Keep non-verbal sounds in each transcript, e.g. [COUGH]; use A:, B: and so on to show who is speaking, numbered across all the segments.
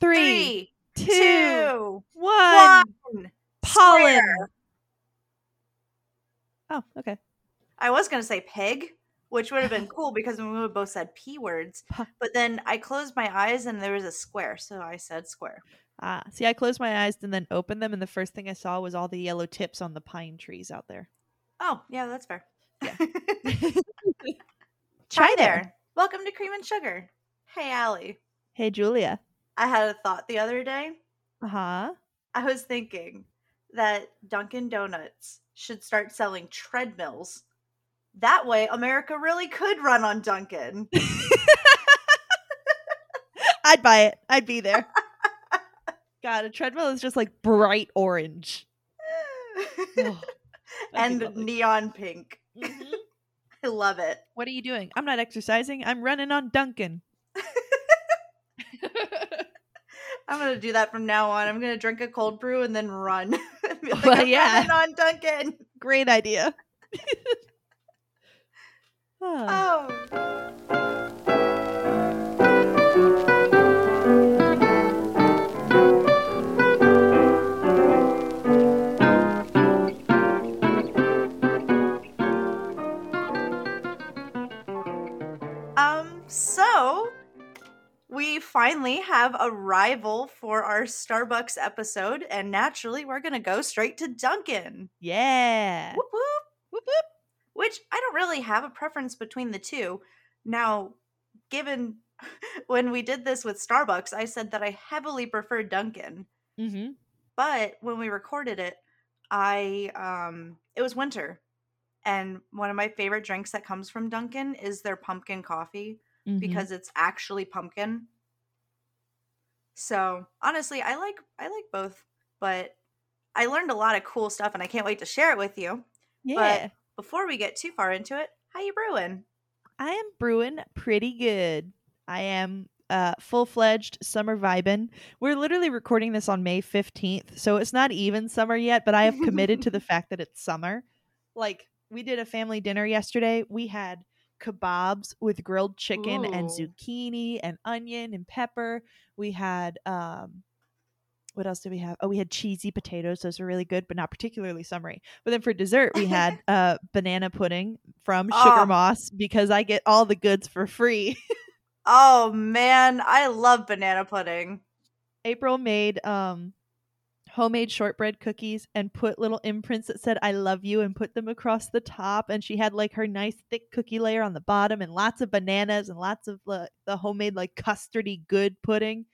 A: three,
B: Three,
A: two, one.
B: two, one.
A: Pollen.
B: Square.
A: Oh, okay.
B: I was gonna say pig, which would
A: [LAUGHS]
B: have been cool because we would have both said p words.
A: Pu-
B: But then I closed my eyes and there was a square, so I said square.
A: Ah, see, I closed my eyes and then opened them, and the first thing I saw was all the yellow tips on the pine trees out [LAUGHS] there.
B: Oh, yeah, that's fair. [LAUGHS]
A: Yeah.
B: Hi there. Welcome to Cream and Sugar. Hey, Allie.
A: Hey, Julia.
B: I had a thought the other day.
A: Uh huh.
B: I was thinking that Dunkin' Donuts should start selling treadmills. That way, America really could run on Dunkin'.
A: [LAUGHS] I'd buy it. I'd be there. [LAUGHS] God, a treadmill is just like bright [LAUGHS] orange. [LAUGHS]
B: [LAUGHS]
A: Oh, that'd be
B: and
A: lovely.
B: neon pink.
A: Mhm.
B: I love it.
A: What are you doing? I'm not exercising. I'm running on [LAUGHS] Duncan.
B: I'm gonna do that from now on. I'm gonna drink a cold brew and then run. [LAUGHS] Be like,
A: Well,
B: "I'm
A: yeah.
B: running on Dunkin'.
A: Great idea. Ah,
B: Oh. Um, so we finally have a rival for our Starbucks episode, and naturally, we're gonna go straight to Dunkin'.
A: yeah.
B: Whoop whoop
A: Whoop, whoop.
B: which I don't really have a preference between the two. Now, given [LAUGHS] when we did this with Starbucks, I said that I heavily prefer Dunkin',
A: Mhm.
B: but when we recorded it, I um it was winter. And one of my favorite drinks that comes from Dunkin' is their pumpkin coffee
A: Mhm.
B: because it's actually pumpkin. So, honestly, I like I like both, but I learned a lot of cool stuff and I can't wait to share it with you
A: yeah,
B: before we get too far into it, how you brewing?
A: I am brewing pretty good. I am uh, full fledged summer vibin'. We're literally recording this on May 15th, so it's not even summer yet, but I have committed to the fact that it's summer. Like, we did a family dinner yesterday. We had kebabs with grilled chicken and
B: Ooh.
A: zucchini and onion and pepper. We had, um, what else did we have? Oh, we had cheesy potatoes. Those were really good, but not particularly summery. But then for dessert, we had uh, banana pudding from Sugar
B: Ah.
A: Moss because I get all the goods for free. [LAUGHS]
B: Oh man, I love banana pudding.
A: April made um homemade shortbread cookies and put little imprints that said I love you and put them across the top and she had like her nice thick cookie layer on the bottom and lots of bananas and lots of the, the homemade like custardy good pudding.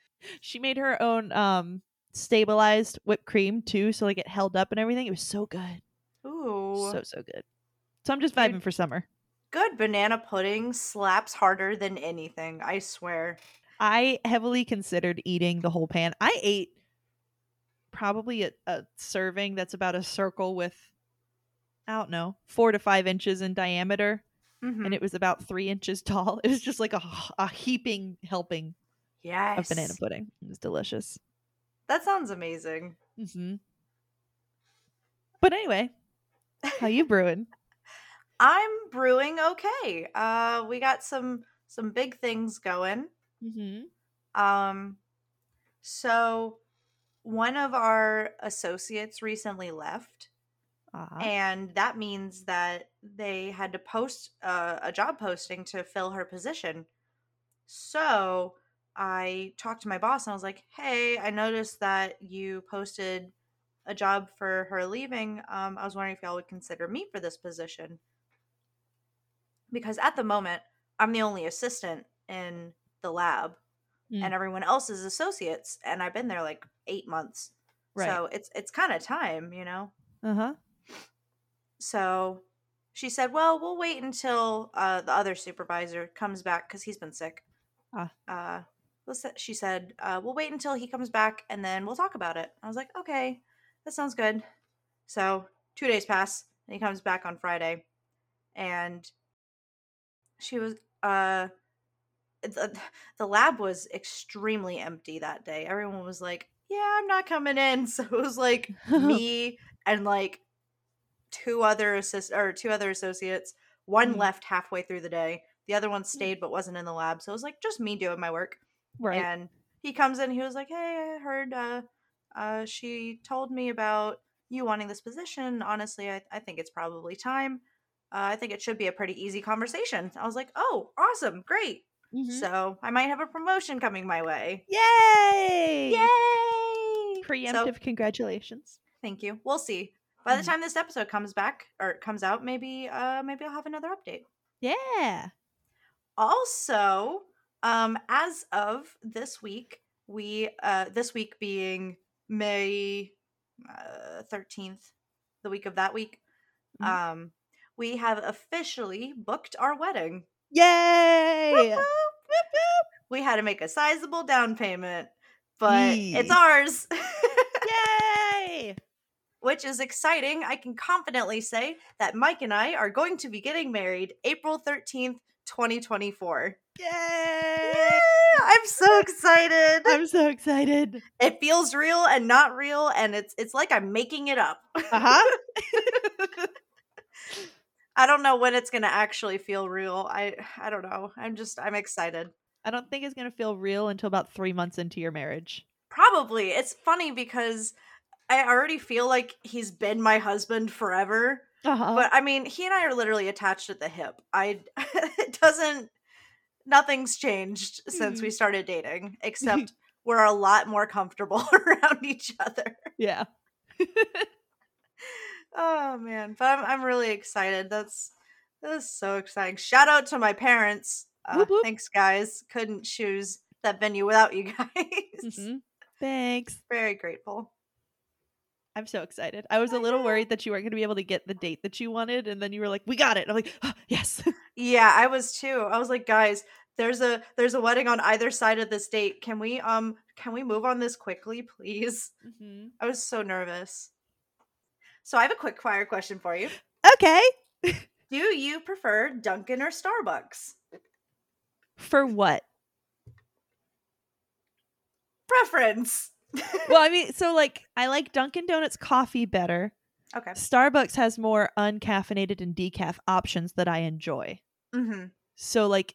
A: She made her own um stabilized whipped cream too so like it held up and everything. It was so good.
B: Ooh.
A: So so good. So I'm just
B: Dude.
A: vibing for summer.
B: Good banana pudding slaps harder than anything, I swear.
A: I heavily considered eating the whole pan. I ate probably a, a serving that's about a circle with, I don't know, four to five inches in diameter,
B: Mhm.
A: and it was about three inches [LAUGHS] tall. It was just like a, h- a heaping helping
B: yes.
A: of banana pudding. It was delicious.
B: That sounds amazing.
A: hmm But anyway, how
B: [LAUGHS]
A: you brewing?
B: I'm brewing okay. Uh we got some some big things going.
A: mm-hmm.
B: Um so one of our associates recently left
A: uh
B: and that means that they had to post uh, a job posting to fill her position. So I talked to my boss and I was like, "Hey, I noticed that you posted a job for her leaving. Um, I was wondering if y'all would consider me for this position because at the moment I'm the only assistant in the lab,
A: Mm.
B: and everyone else is associates, and I've been there like eight months.
A: Right.
B: So it's it's kind of time, you know."
A: huh.
B: So she said, "Well, we'll wait until uh, the other supervisor comes back because he's been sick."
A: Ah.
B: Uh, let's sa- she said, uh, "We'll wait until he comes back and then we'll talk about it." I was like, "Okay, that sounds good." So two days pass, and he comes back on Friday, and she was uh the, the lab was extremely empty that day everyone was like yeah i'm not coming in [LAUGHS] so it was like me and like two other assist or two other associates one
A: Mhm.
B: left
A: Mm-hmm.
B: halfway through the day the other one stayed but wasn't in the lab so it was like just me doing my work
A: Right.
B: and he comes in. He was like, "Hey, I heard uh, uh, she told me about you wanting this position. Honestly, I, I think it's probably time. Uh, I think it should be a pretty easy conversation." I was like, "Oh, awesome, great!
A: Mhm.
B: So I might have a promotion coming my way.
A: Yay!
B: Yay!
A: Preemptive
B: So,
A: congratulations.
B: thank you. We'll see. By the
A: Mhm.
B: time this episode comes back or comes out, maybe uh maybe I'll have another update.
A: Yeah.
B: Also, um as of this week, we uh this week being May uh, 13th, the week of that week,
A: Mhm.
B: um we have officially booked our wedding. Whoop,
A: Yay!
B: whoop, whoop, whoop. We had to make a sizable down payment, but it's
A: Yee.
B: ours. [LAUGHS]
A: Yay!
B: which is exciting. I can confidently say that Mike and I are going to be getting married April 13th, 2024.
A: Yay!
B: Yay! I'm so excited.
A: I'm so excited.
B: It feels real and not real and it's it's like I'm making it up.
A: [LAUGHS] Uh-huh.
B: I don't know when it's going to actually feel real. I I don't know. I'm just I'm excited.
A: I don't think it's gonna feel real until about three months into your marriage.
B: Probably. It's funny because I already feel like he's been my husband forever.
A: Uh-huh.
B: But I mean, he and I are literally attached at the hip. I [LAUGHS] it doesn't nothing's changed since
A: Mm-hmm.
B: we started dating,
A: [LAUGHS]
B: except we're a lot more comfortable [LAUGHS] around each other.
A: yeah.
B: Oh man, but I'm I'm really excited. That's that's so exciting. Shout out to my parents. Uh,
A: Whoop, whoop.
B: Thanks, guys. Couldn't choose that venue without you [LAUGHS] guys.
A: Mhm. Thanks.
B: Very grateful.
A: I'm so excited. I was a
B: I
A: little
B: know.
A: worried that you weren't going to be able to get the date that you wanted, and then you were like, "We got it." And I'm like, "Ah, "Yes." [LAUGHS]
B: Yeah, I was too. I was like, guys, there's a there's a wedding on either side of this date. Can we um can we move on this quickly, please?
A: mm-hmm.
B: I was so nervous. So I have a quick fire question for you.
A: Okay.
B: Do you prefer Dunkin' or Starbucks?
A: For what?
B: Preference.
A: Well, I mean, so like, I like Dunkin' Donuts coffee better.
B: Okay.
A: Starbucks has more uncaffeinated and decaf options that I enjoy.
B: Mm-hmm.
A: So like,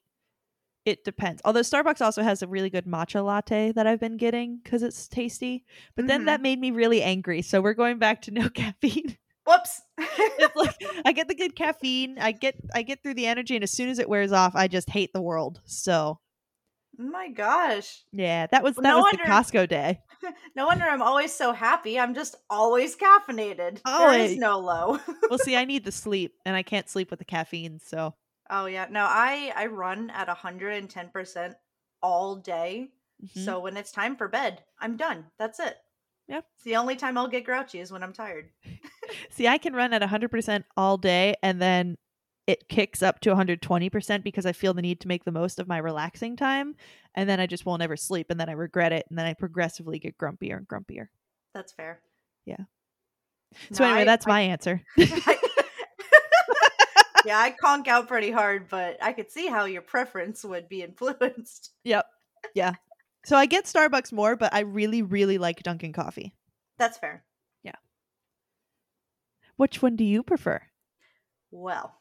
A: it depends. Although Starbucks also has a really good matcha latte that I've been getting because it's tasty. But then
B: Mhm.
A: that made me really angry. So we're going back to no [LAUGHS] caffeine.
B: Whoops. [LAUGHS]
A: it's like I get the good caffeine, I get I get through the energy, and as soon as it wears off, I just hate the world. So
B: My gosh.
A: yeah, that was
B: Well,
A: that
B: no
A: was the
B: wonder-
A: Costco day.
B: No wonder I'm always so happy. I'm just always caffeinated. There is
A: Always.
B: no low. [LAUGHS]
A: Well, see, I need the sleep, and I can't sleep with the caffeine.
B: [LAUGHS]
A: So
B: oh yeah. No, I I run at 110% all day.
A: mhm.
B: So when it's time for bed, I'm done. That's it.
A: Yep.
B: It's the only time I'll get grouchy is when I'm tired.
A: see, I can run at hundred percent all day, and then it kicks up to 120% because I feel the need to make the most of my relaxing time. And then I just won't ever sleep. And then I regret it. And then I progressively get grumpier and grumpier.
B: That's fair.
A: Yeah.
B: No,
A: So, anyway,
B: I-
A: that's my answer.
B: I- yeah, I conk out pretty hard, but I could see how your preference would be [LAUGHS] influenced.
A: Yep. Yeah. So I get Starbucks more, but I really, really like Dunkin' Coffee.
B: That's fair.
A: Which one do you prefer?
B: Well,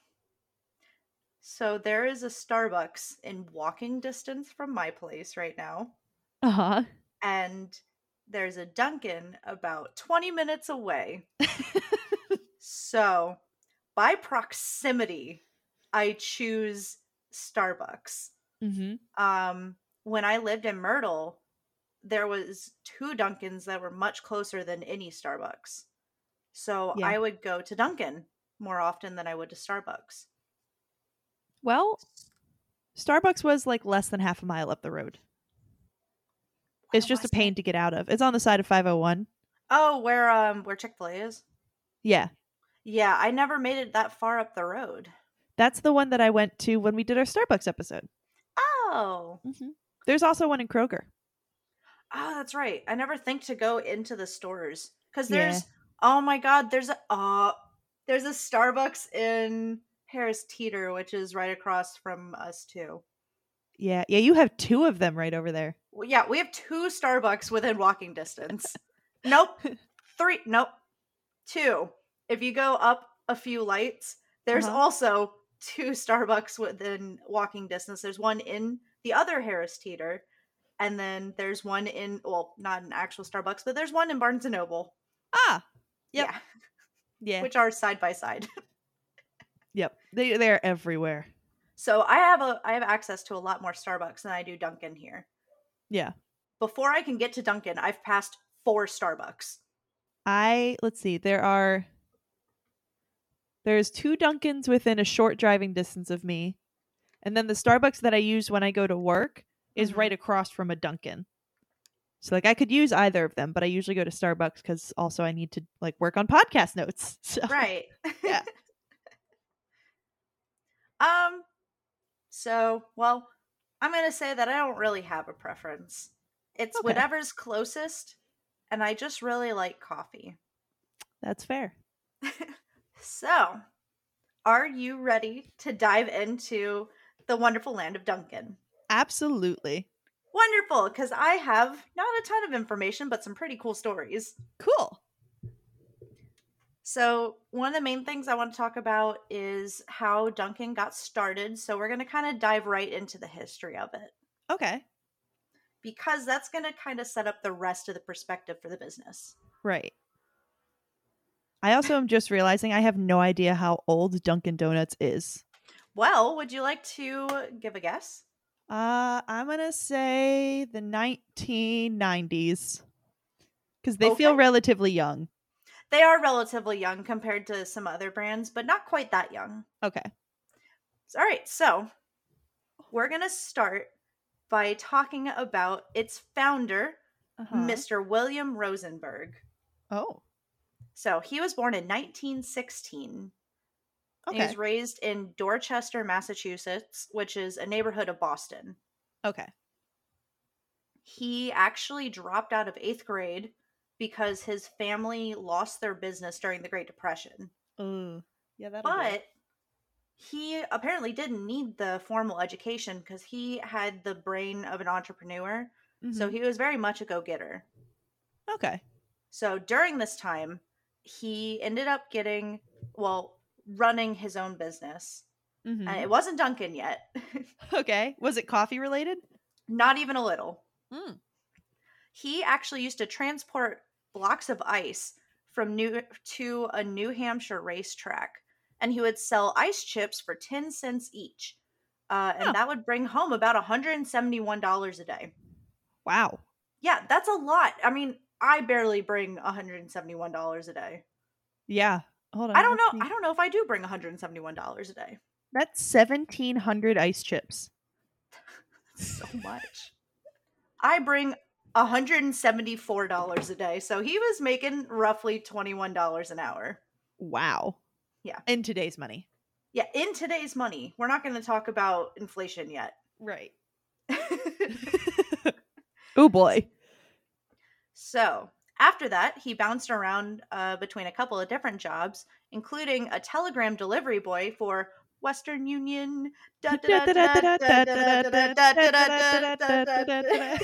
B: so there is a Starbucks in walking distance from my place right now,
A: Uh
B: Uh-huh. [LAUGHS]
A: huh.
B: and there's a Dunkin' about 20 minutes away. so, by proximity, I choose Starbucks.
A: Mm-hmm.
B: um when I lived in Myrtle, there was two Dunkins that were much closer than any Starbucks. So
A: Yeah.
B: I would go to Dunkin more often than I would to Starbucks.
A: Well, Starbucks was like less than half a mile up the road. It's
B: Where
A: just a
B: was it?
A: pain to get out of. It's on the side of 501.
B: Oh, where um where Chick-fil-A is?
A: Yeah.
B: Yeah, I never made it that far up the road.
A: That's the one that I went to when we did our Starbucks episode.
B: Oh.
A: Mm-hmm. There's also one in Kroger.
B: Oh, that's right. I never think to go into the stores cuz
A: Yeah.
B: there's oh my god, there's a uh there's a Starbucks in Harris Teeter, which is right across from us too.
A: Yeah. Yeah. You have two of them right over there.
B: Well, yeah, we have two Starbucks within walking distance.
A: [LAUGHS]
B: nope. Three. Nope. Two. If you go up a few lights, there's
A: Uh-huh.
B: also two Starbucks within walking distance. There's one in the other Harris Teeter, and then there's one in well, not an actual Starbucks, but there's one in Barnes and Noble.
A: Ah, Yep. yeah,
B: [LAUGHS] which are side by side. [LAUGHS]
A: yep. They they're everywhere.
B: So I have a I have access to a lot more Starbucks than I do Dunkin' here.
A: Yeah.
B: Before I can get to Dunkin', I've passed four Starbucks.
A: I let's see. There are there's two Dunkins within a short driving distance of me, and then the Starbucks that I use when I go to work is
B: Mhm.
A: right across from a Dunkin. So like I could use either of them, but I usually go to Starbucks because also I need to like work on podcast notes. [LAUGHS] So
B: Right.
A: Yeah.
B: [LAUGHS] um so, well, I'm going to say that I don't really have a preference. It's
A: Okay.
B: whatever's closest and I just really like coffee.
A: that's fair.
B: So, are you ready to dive into the wonderful land of Duncan?
A: Absolutely.
B: Wonderful, because I have not a ton of information, but some pretty cool stories.
A: Cool.
B: So, one of the main things I want to talk about is how Duncan got started. So, we're going to kind of dive right into the history of it
A: Okay.
B: because that's going to kind of set up the rest of the perspective for the business.
A: Right. I also am just realizing I have no idea how old Dunkin' Donuts is.
B: Well, would you like to give a guess?
A: Uh, I'm gonna say the 1990s because they feel
B: Okay.
A: relatively young.
B: They are relatively young compared to some other brands, but not quite that young.
A: Okay.
B: All right, so we're going to start by talking about its founder,
A: Uh-huh.
B: Mr. William Rosenberg.
A: oh.
B: So he was born in 1916. and He
A: Okay.
B: was raised in Dorchester, Massachusetts, which is a neighborhood of Boston.
A: Okay.
B: He actually dropped out of eighth grade because his family lost their business during the Great Depression.
A: Ooh. Yeah. That.
B: but he apparently didn't need the formal education because he had the brain of an entrepreneur. So he was very much a go getter.
A: Mm-hmm. okay.
B: So during this time, he ended up getting, well, running his own business.
A: Mhm.
B: And it wasn't Duncan yet, [LAUGHS]
A: Okay. Was it coffee related?
B: not even a little.
A: Mm.
B: He actually used to transport blocks of ice from New to a New Hampshire racetrack, and he would sell ice chips for ten cents each, uh, and
A: Huh.
B: that would bring home about one hundred and seventy-one dollars a day.
A: Wow.
B: Yeah, that's a lot. I mean, I barely bring one hundred and seventy-one dollars a day.
A: Yeah. Hold on.
B: I don't
A: let's
B: know.
A: see.
B: I don't know if I do bring one hundred and seventy-one dollars a day.
A: That's 1,700 ice chips.
B: [LAUGHS] So much. I bring one hundred and seventy-four dollars a day, so he was making roughly twenty-one dollars an hour.
A: Wow.
B: Yeah.
A: In today's money.
B: Yeah, in today's money, we're not going to talk about inflation yet. [LAUGHS]
A: Right. oh boy.
B: so, after that, he bounced around uh, between a couple of different jobs, including a telegram delivery boy for Western Union. da- da- da- da- da- da- da- da- da- da- da- da-
A: [LAUGHS]
B: da- da- da-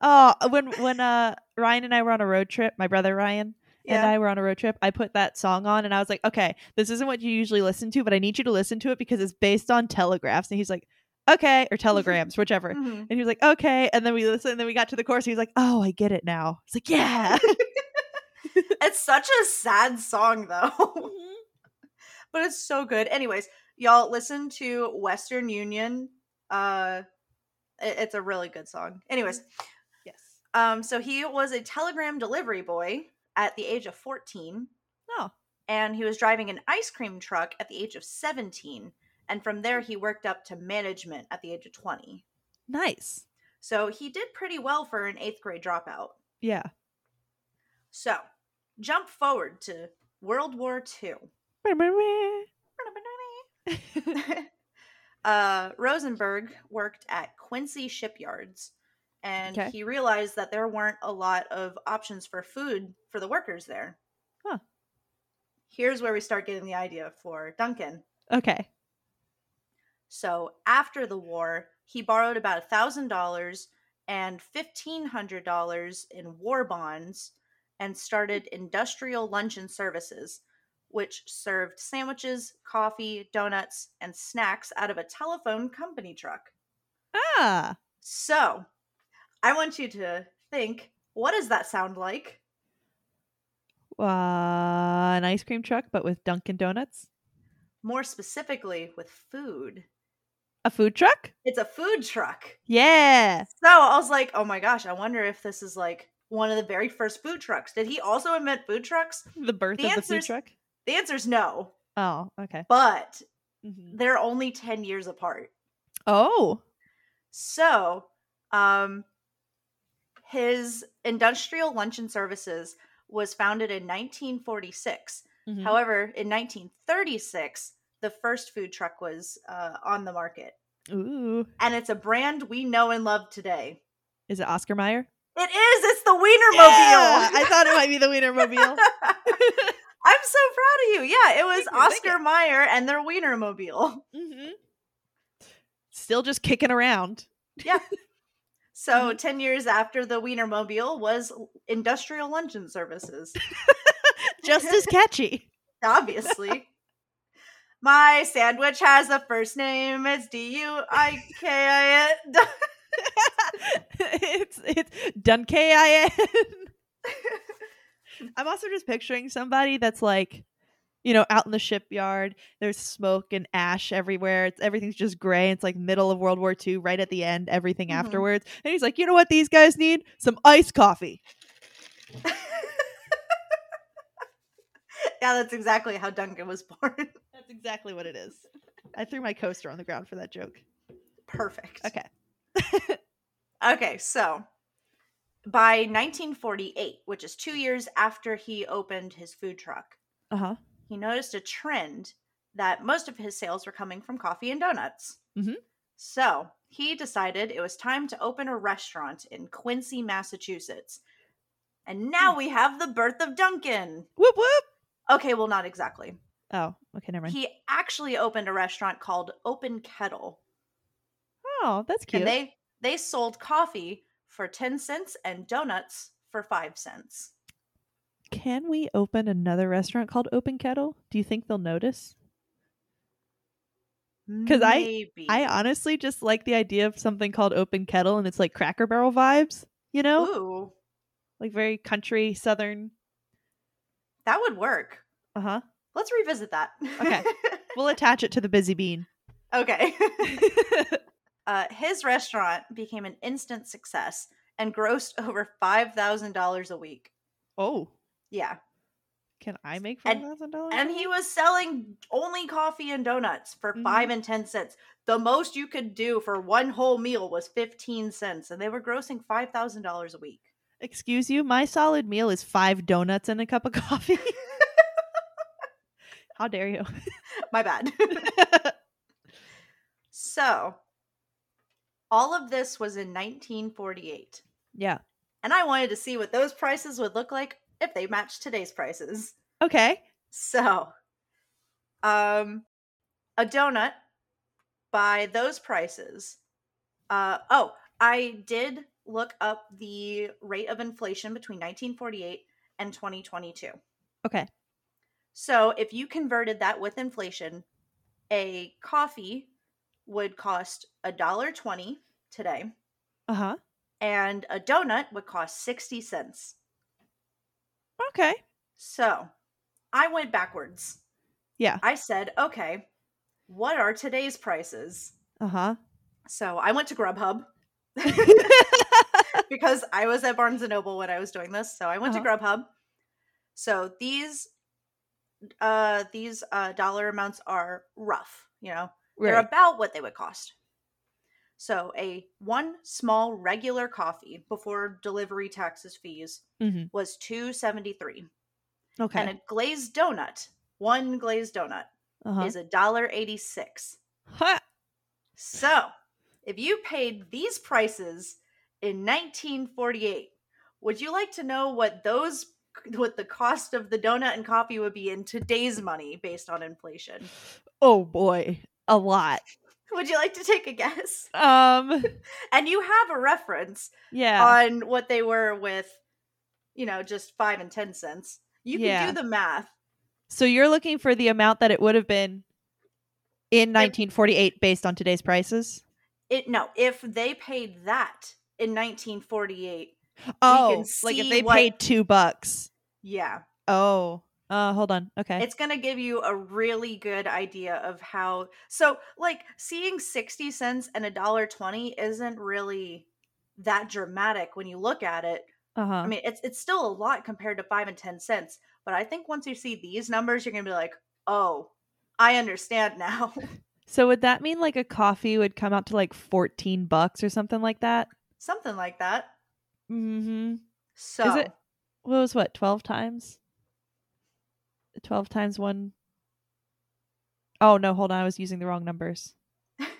A: Oh, when when uh Ryan and I were on a road trip, my brother Ryan and
B: Yeah.
A: I were on a road trip, I put that song on and I was like, "Okay, this isn't what you usually listen to, but I need you to listen to it because it's based on telegraphs." And he's like, "Okay," or telegrams, whichever. And
B: Mhm.
A: he was like, "Okay," and then we listened. And then we got to the chorus. He was like, "Oh, I get it now." It's like, "Yeah."
B: It's such a sad song, though, [LAUGHS] but it's so good. Anyways, y'all listen to Western Union. Uh, it- it's a really good song. Anyways,
A: Yes.
B: Um, so he was a telegram delivery boy at the age of 14.
A: Oh.
B: And he was driving an ice cream truck at the age of 17. And from there, he worked up to management at the age of 20.
A: Nice.
B: So he did pretty well for an eighth grade dropout.
A: Yeah.
B: So jump forward to World War II. [LAUGHS] uh, Rosenberg worked at Quincy shipyards. And
A: Okay.
B: he realized that there weren't a lot of options for food for the workers there.
A: Huh.
B: Here's where we start getting the idea for Duncan.
A: okay.
B: So after the war, he borrowed about a $1,000 and $1,500 in war bonds and started industrial luncheon services, which served sandwiches, coffee, donuts, and snacks out of a telephone company truck.
A: Yeah.
B: So, I want you to think what does that sound like?
A: Uh, an ice cream truck, but with Dunkin' Donuts.
B: More specifically, with food.
A: A food truck?
B: It's a food truck.
A: Yeah.
B: So I was like, oh my gosh, I wonder if this is like one of the very first food trucks. Did he also invent food trucks?
A: The birth
B: The
A: of the food
B: answer's-
A: truck.
B: The answer's no,
A: Oh, okay.
B: but
A: Mhm.
B: they're only 10 years apart.
A: Oh,
B: So, um, his industrial luncheon services was founded in 1946.
A: Mhm.
B: However, in 1936, the first food truck was uh, on the market,
A: ooh,
B: and it's a brand we know and love today.
A: is it Oscar Mayer?
B: It is. It's the Wienermobile.
A: Yeah, I thought it might be the Wienermobile.
B: [LAUGHS] I'm so proud of you. Yeah, it
A: Thank
B: was
A: you, thank
B: Oscar Mayer and their Wienermobile. [LAUGHS]
A: mm-hmm. Still just kicking around.
B: So,
A: Mm-hmm.
B: 10 years after the Wienermobile was l- industrial luncheon services,
A: Just as catchy. [LAUGHS]
B: obviously. My sandwich has a first name. It's D U I K I N.
A: it's it's Dunkin.
B: [LAUGHS]
A: I'm also just picturing somebody that's like, you know, out in the shipyard. There's smoke and ash everywhere. It's everything's just gray. It's like middle of World War II, right at the end. Everything
B: Mhm.
A: afterwards, and he's like, you know what these guys need? Some iced coffee.
B: [LAUGHS] Yeah, that's exactly how Duncan was [LAUGHS] born.
A: That's exactly what it is. I threw my coaster on the ground for that joke.
B: Perfect.
A: Okay.
B: Okay, so by 1948, which is two years after he opened his food truck,
A: Uh huh.
B: he noticed a trend that most of his sales were coming from coffee and donuts.
A: Mhm.
B: So he decided it was time to open a restaurant in Quincy, Massachusetts. And now
A: Hmm.
B: we have the birth of Duncan.
A: Whoop whoop.
B: Okay, well, not exactly.
A: Oh, okay, never mind.
B: He actually opened a restaurant called Open Kettle,
A: oh, that's cute.
B: and they they sold coffee for ten cents and donuts for five cents.
A: Can we open another restaurant called Open Kettle? Do you think they'll notice? I- I honestly just like the idea of something called Open Kettle and it's like Cracker Barrel vibes, you know?
B: ooh
A: Like very country, southern.
B: that would work.
A: Uh
B: [LAUGHS]
A: huh.
B: Let's revisit that.
A: Okay. We'll attach it to the busy bean.
B: [LAUGHS] okay. uh, his restaurant became an instant success and grossed [LAUGHS] over $5,000 a week.
A: oh,
B: Yeah.
A: can I make
B: And-
A: $5,000?
B: And he was selling only coffee and donuts for five and 10 cents. The most you could do for one whole meal was 15 cents, and they were grossing $5,000 a week.
A: Excuse you, my solid meal is five donuts and a cup of
B: [LAUGHS]
A: coffee. How dare you? [LAUGHS]
B: My bad. [LAUGHS] so, all of this was in 1948.
A: yeah.
B: And I wanted to see what those prices would look like if they matched today's prices.
A: Okay.
B: So, um, a donut by those prices. Uh, oh, I did look up the rate of inflation between 1948 and 2022.
A: Okay.
B: So, if you converted that with inflation, a coffee would cost a dollar twenty today,
A: Uh huh.
B: and a donut would cost 60 cents.
A: Okay.
B: So I went backwards.
A: Yeah.
B: I said, okay, what are today's prices?
A: Uh
B: [LAUGHS]
A: huh.
B: So I went
A: [LAUGHS]
B: to Grubhub because I was at Barnes and Noble when I was doing this. So I went
A: Uh-huh.
B: to Grubhub. So these uh these uh dollar amounts are rough, you know. They're about what they would cost. So a one small regular coffee before delivery taxes fees
A: hmm
B: was 273.
A: Okay.
B: and a glazed donut one glazed donut
A: uh-huh.
B: is a dollar 86
A: Ha!
B: so if you paid these prices in 1948 would you like to know what those what the cost of the donut and coffee would be in today's money based on inflation [LAUGHS]
A: Oh boy, a lot.
B: would you like to take a guess [LAUGHS]
A: Um,
B: and you have a reference
A: yeah.
B: on what they were with you know just five and ten cents you can
A: Yeah.
B: do the math
A: so you're looking for the amount that it would have been in 1948 based on today's prices?
B: it no, if they paid that in 1948,
A: Oh, like
B: see
A: if they
B: what-
A: paid two bucks.
B: yeah,
A: Oh, uh, hold on. Okay.
B: it's going to give you a really good idea of how so like seeing 60 cents and a dollar 20 isn't really that dramatic when you look at it.
A: uh huh.
B: I mean, it's it's still a lot compared to 5 and 10 cents, but I think once you see these numbers you're going to be like, "Oh, I understand now." [LAUGHS]
A: so would that mean like a coffee would come out to like fourteen bucks or something like that?
B: Something like that.
A: Mm-hmm.
B: So
A: Is it what was what twelve times? Twelve times one Oh no, hold on. I was using the wrong numbers.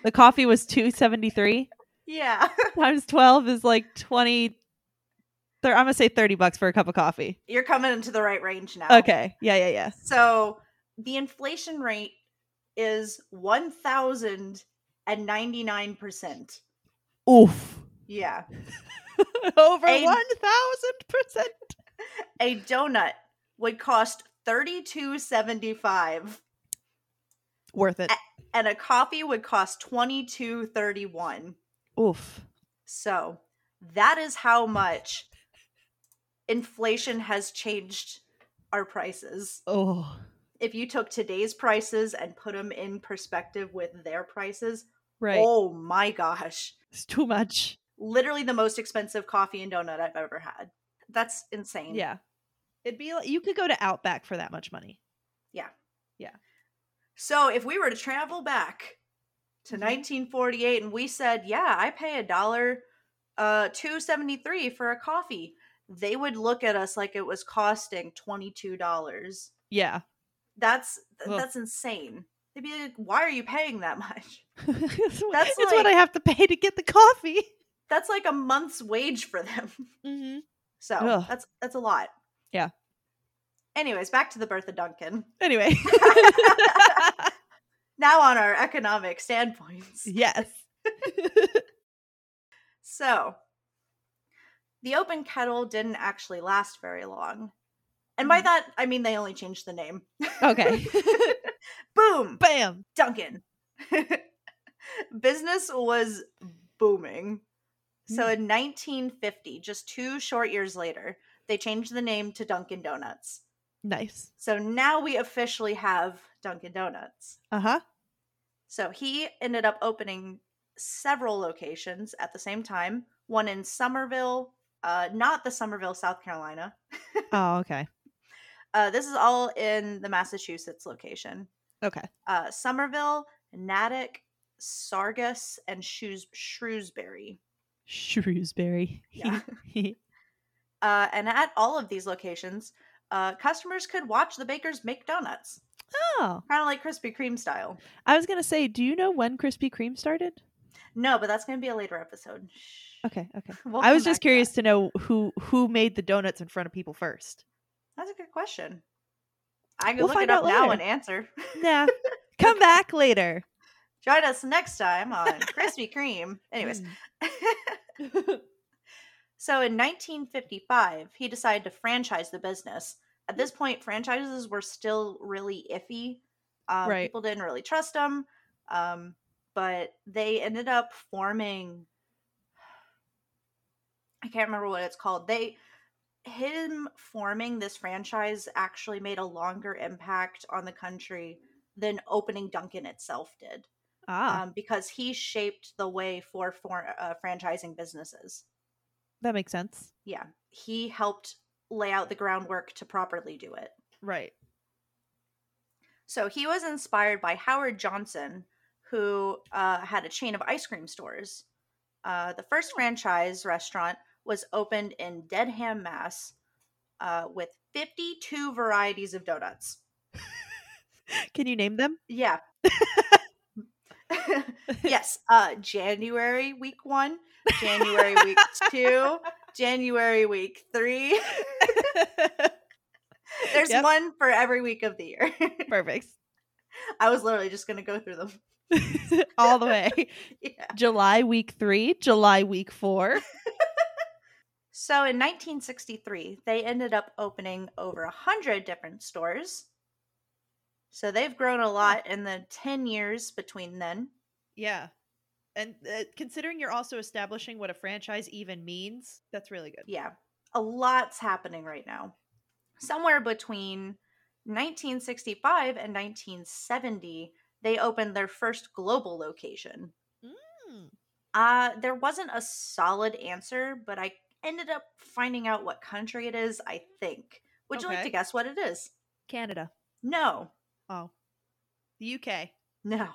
A: The coffee was two seventy three
B: Yeah. [LAUGHS]
A: times twelve is like twenty. Thir- I'm gonna say thirty bucks for a cup of coffee.
B: You're coming into the right range now.
A: Okay. Yeah. Yeah. Yeah.
B: So the inflation rate is 1,099%.
A: Oof.
B: Yeah.
A: [LAUGHS] Over
B: A-
A: one thousand percent.
B: A donut would cost 32.75
A: Worth it.
B: and a coffee would cost 22.31.
A: Oof.
B: So that is how much inflation has changed our prices.
A: Oh.
B: If you took today's prices and put them in perspective with their prices,
A: Right.
B: oh my gosh.
A: It's too much.
B: literally the most expensive coffee and donut I've ever had. That's insane.
A: Yeah. It'd be like, you could go to Outback for that much money.
B: So if we were to travel back to
A: Mhm.
B: 1948 and we said, "Yeah, I pay a dollar uh 2.73 for a coffee." They would look at us like it was costing $22.
A: Yeah. [LAUGHS]
B: That's th-
A: Ugh.
B: that's insane. They'd be like, "Why are you paying that [LAUGHS] much?"
A: it's what-
B: That's
A: it's what I
B: like-
A: have to pay to get the coffee.
B: That's like a month's wage for them. [LAUGHS]
A: Mm-hmm.
B: So,
A: Ugh.
B: that's that's a lot.
A: Yeah.
B: Anyways, back to the birth
A: [LAUGHS]
B: of Duncan. [LAUGHS]
A: Anyway.
B: now on our economic standpoints. [LAUGHS]
A: yes.
B: So, the open kettle didn't actually last very long. And by
A: Mhm.
B: that, I mean they only changed the name.
A: Okay.
B: [LAUGHS] Boom!
A: Bam.
B: Duncan. [LAUGHS] Business was booming. So, in 1950, just two short years later, they changed the name to Dunkin' Donuts.
A: Nice.
B: So now we officially have Dunkin' Donuts.
A: Uh huh.
B: So he ended up opening several locations at the same time, one in Somerville, uh, not the Somerville, South Carolina.
A: Oh, okay.
B: Uh, this is all in the Massachusetts location.
A: Okay.
B: Uh, Somerville, Natick, Sargus, and Shrews- Shrewsbury.
A: Shrewsbury. [LAUGHS]
B: Yeah. Uh, and at all of these locations, uh, customers could watch the bakers make donuts,
A: oh.
B: kind of like Krispy Kreme style.
A: I was going to say, do you know when Krispy Kreme started?
B: No, but that's going to be a later episode. Shh.
A: Okay. Okay.
B: We'll
A: I
B: come
A: was just
B: back to that.
A: curious to know who who made the donuts in front of people first.
B: That's a good question. I can
A: We'll
B: look it
A: find
B: up
A: out
B: now
A: later.
B: and answer. [LAUGHS]
A: Nah. [LAUGHS] Come back later.
B: Join us next time on
A: [LAUGHS]
B: Krispy Kreme.
A: Hmm.
B: Anyways,
A: Mm.
B: [LAUGHS] so in 1955, he decided to franchise the business. At this point, franchises were still really iffy. Um,
A: Right.
B: People didn't really trust them. Um, but they ended up forming. I can't remember what it's called. They him forming this franchise actually made a longer impact on the country than opening Dunkin' itself did.
A: ah,
B: um, because he shaped the way for, for uh, franchising businesses.
A: that makes sense.
B: Yeah, he helped lay out the groundwork to properly do it.
A: Right.
B: So he was inspired by Howard Johnson, who uh, had a chain of ice cream stores. Uh, the first franchise restaurant was opened in Dedham, Mass, uh, with 52 varieties of donuts.
A: Can you name them?
B: Yeah. [LAUGHS] yes. Uh January week one, January week two, January week three. [LAUGHS] There's
A: Yep,
B: one for every week of the year.
A: [LAUGHS]
B: [LAUGHS]
A: perfect.
B: I was literally just gonna go through them.
A: [LAUGHS]
B: [LAUGHS]
A: All the way.
B: Yeah.
A: July week three, July week four.
B: So in 1963, they ended up opening over a hundred different stores. So they've grown a lot in the 10 years between then.
A: Yeah. and uh, considering you're also establishing what a franchise even means, that's really good.
B: Yeah. A lot's happening right now. Somewhere between 1965 and 1970, they opened their first global location.
A: Mm.
B: Uh, there wasn't a solid answer, but I ended up finding out what country it is, I think. Would you like
A: Okay.
B: to guess what it is?
A: Canada.
B: No.
A: Oh, the UK.
B: No.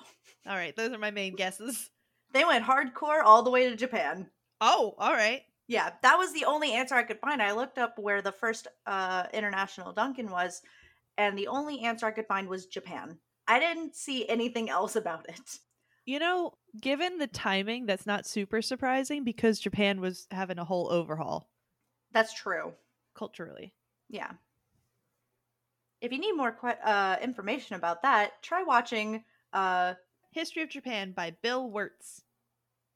A: All right, those are my main guesses.
B: They went hardcore all the way to Japan.
A: Oh, all right.
B: Yeah, that was the only answer I could find. I looked up where the first uh, international Duncan was, and the only answer I could find was Japan. I didn't see anything else about it.
A: You know, given the timing, that's not super surprising because Japan was having a whole overhaul
B: That's true.
A: culturally.
B: Yeah. If you need more que- uh, information about that, try watching. Uh,
A: History of Japan by Bill Wirtz.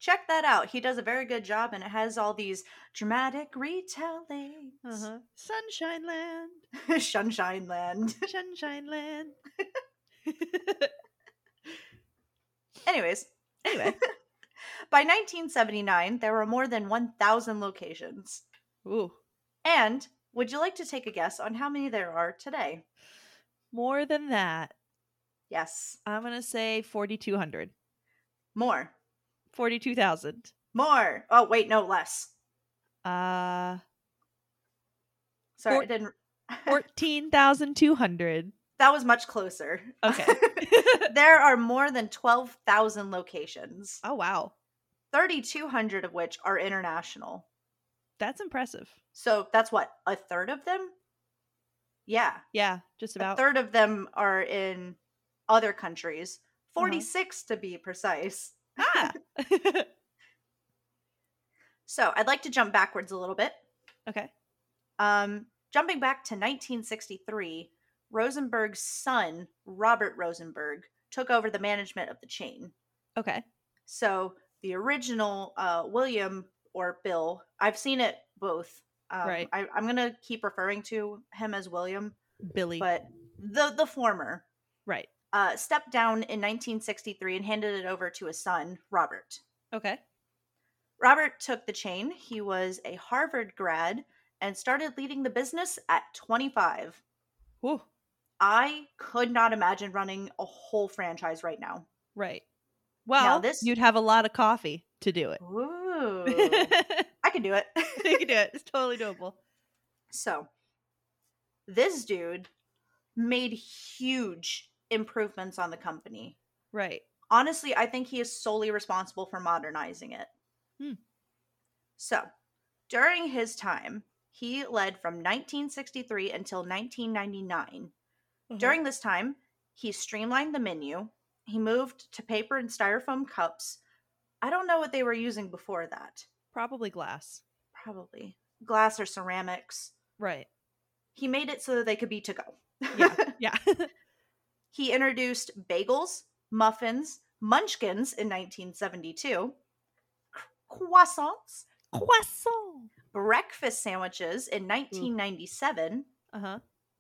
B: check that out. He does a very good job, and it has all these dramatic retellings.
A: Uh-huh. Sunshine Land.
B: [LAUGHS]
A: [LAUGHS]
B: Sunshine Land.
A: Sunshine Land. [LAUGHS]
B: Anyways,
A: anyway.
B: by 1979, there were more than 1,000 locations.
A: Ooh.
B: And would you like to take a guess on how many there are today?
A: More than that,
B: Yes.
A: I'm going to say 4,200.
B: More.
A: 42,000.
B: More. Oh, wait, no, less.
A: Uh, [LAUGHS]
B: Sorry,
A: Four-
B: I didn't.
A: 14,200.
B: that was much closer.
A: Okay.
B: [LAUGHS] there are more than 12,000 locations,
A: [LAUGHS] oh, wow.
B: 3,200 of which are international.
A: That's impressive.
B: So that's what, a third of them? Yeah.
A: Yeah, just
B: A
A: about.
B: third of them are in other countries,
A: Uh-huh.
B: 46 to be precise.
A: Ah.
B: So I'd like to jump backwards a little bit.
A: [LAUGHS] okay.
B: Um, jumping back to 1963, Rosenberg's son, Robert Rosenberg, took over the management of the chain.
A: Okay.
B: So the original uh, William or Bill, I've seen it both. Um,
A: Right.
B: I, I'm gonna keep referring to him as William,
A: Billy.
B: but the the former
A: right.
B: uh, stepped down in 1963 and handed it over to his son, Robert.
A: Okay.
B: Robert took the chain. He was a Harvard grad and started leading the business at 25.
A: Whew.
B: I could not imagine running a whole franchise right now.
A: Right. Well,
B: this-
A: you'd have a lot of coffee to do it.
B: Ooh,
A: [LAUGHS] you
B: [LAUGHS] I can do it. [LAUGHS]
A: can do it. It's totally doable.
B: so, this dude made huge improvements on the company.
A: Right.
B: Honestly, I think he is solely responsible for modernizing it.
A: Hmm.
B: So, during his time, he led from 1963 until 1999.
A: Mm-hmm.
B: During this time, he streamlined the menu. He moved to paper and styrofoam cups. I don't know what they were using before that.
A: Uh-huh. probably glass.
B: Probably glass or ceramics.
A: Right.
B: He made it so that they could be to go.
A: [LAUGHS] Yeah. Yeah.
B: [LAUGHS] he introduced bagels, muffins, munchkins in 1972, cr- croissants,
A: Croissant.
B: breakfast sandwiches in 1997,
A: Uh huh.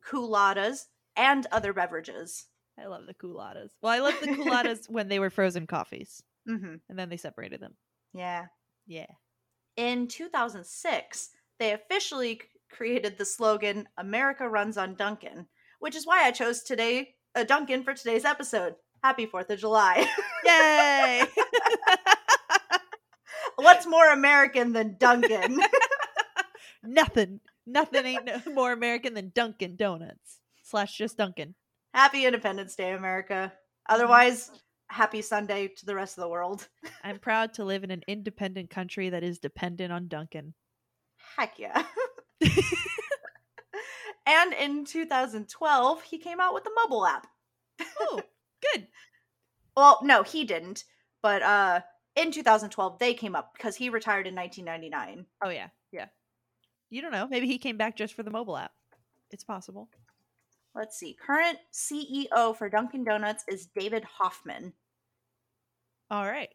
B: culottes, and other beverages.
A: I love the culottes. Well, I love [LAUGHS] the culottes when they were frozen coffees,
B: hmm
A: and then they separated them.
B: Yeah.
A: Yeah.
B: In 2006, they officially c- created the slogan America runs on Duncan, which is why I chose today uh, Duncan for today's episode. Happy 4th of July. [LAUGHS]
A: Yay.
B: What's more American than Duncan?
A: [LAUGHS]
B: [LAUGHS]
A: Nothing. Nothing ain't no- more American than Dunkin' Donuts slash just Dunkin'.
B: happy Independence Day, America. Otherwise, happy Sunday to the rest of the world.
A: I'm proud to live in an independent country that is dependent on Dunkin'.
B: Heck yeah. [LAUGHS] and in 2012, he came out with the mobile app.
A: Oh, good.
B: Well, no, he didn't. But uh in 2012 they came up because he retired in 1999.
A: Oh yeah, yeah. You don't know. Maybe he came back just for the mobile app. It's possible.
B: Let's see. Current CEO for Dunkin Donuts is David Hoffman.
A: All right.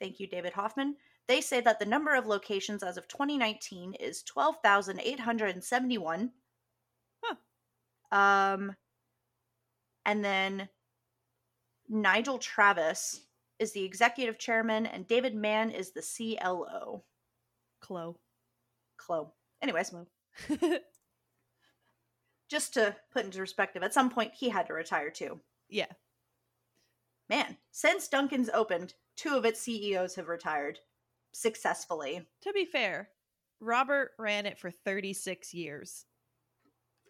B: Thank you David Hoffman. They say that the number of locations as of 2019 is 12,871. Um and then Nigel Travis is the executive chairman, and David Mann is the CLO.
A: Chloe.
B: Clo. Anyways, just to put into perspective, at some point he had to retire too.
A: [LAUGHS] yeah.
B: Man, since Duncan's opened, two of its CEOs have retired successfully.
A: To be fair, Robert ran it for 36 years.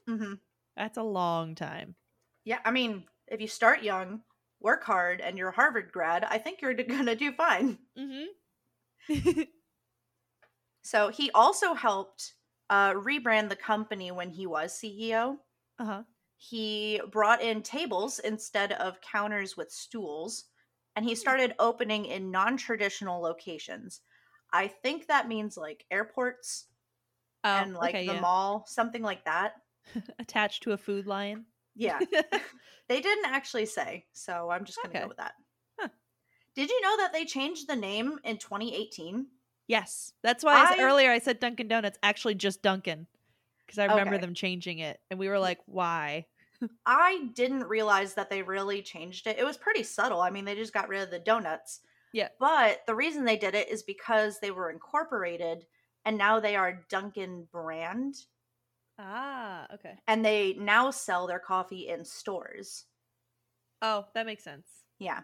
B: hmm
A: That's a long time.
B: Yeah, I mean, if you start young, work hard, and you're a Harvard grad, I think you're [LAUGHS] gonna do fine.
A: Mm-hmm. [LAUGHS]
B: So he also helped uh, rebrand the company when he was CEO.
A: uh-huh.
B: He brought in tables instead of counters with stools, and
A: Hmm.
B: he started opening in non traditional locations. I think that means like airports
A: Oh,
B: and like
A: okay,
B: the
A: yeah.
B: mall, something like that.
A: Attached to a food lion.
B: Yeah. They didn't actually say, so I'm just going to
A: Okay.
B: go with that.
A: Huh.
B: Did you know that they changed the name in 2018?
A: [LAUGHS] yes. That's why I said
B: I-
A: earlier I said Dunkin' Donuts actually just Dunkin'. Because I remember
B: Okay.
A: them changing it. And we were like, why?
B: I didn't realize that they really changed it. It was pretty subtle. I mean, they just got rid of the donuts.
A: Yeah.
B: But the reason they did it is because they were incorporated and now they are Dunkin' brand
A: Ah, okay.
B: and they now sell their coffee in stores.
A: Oh, that makes sense.
B: Yeah.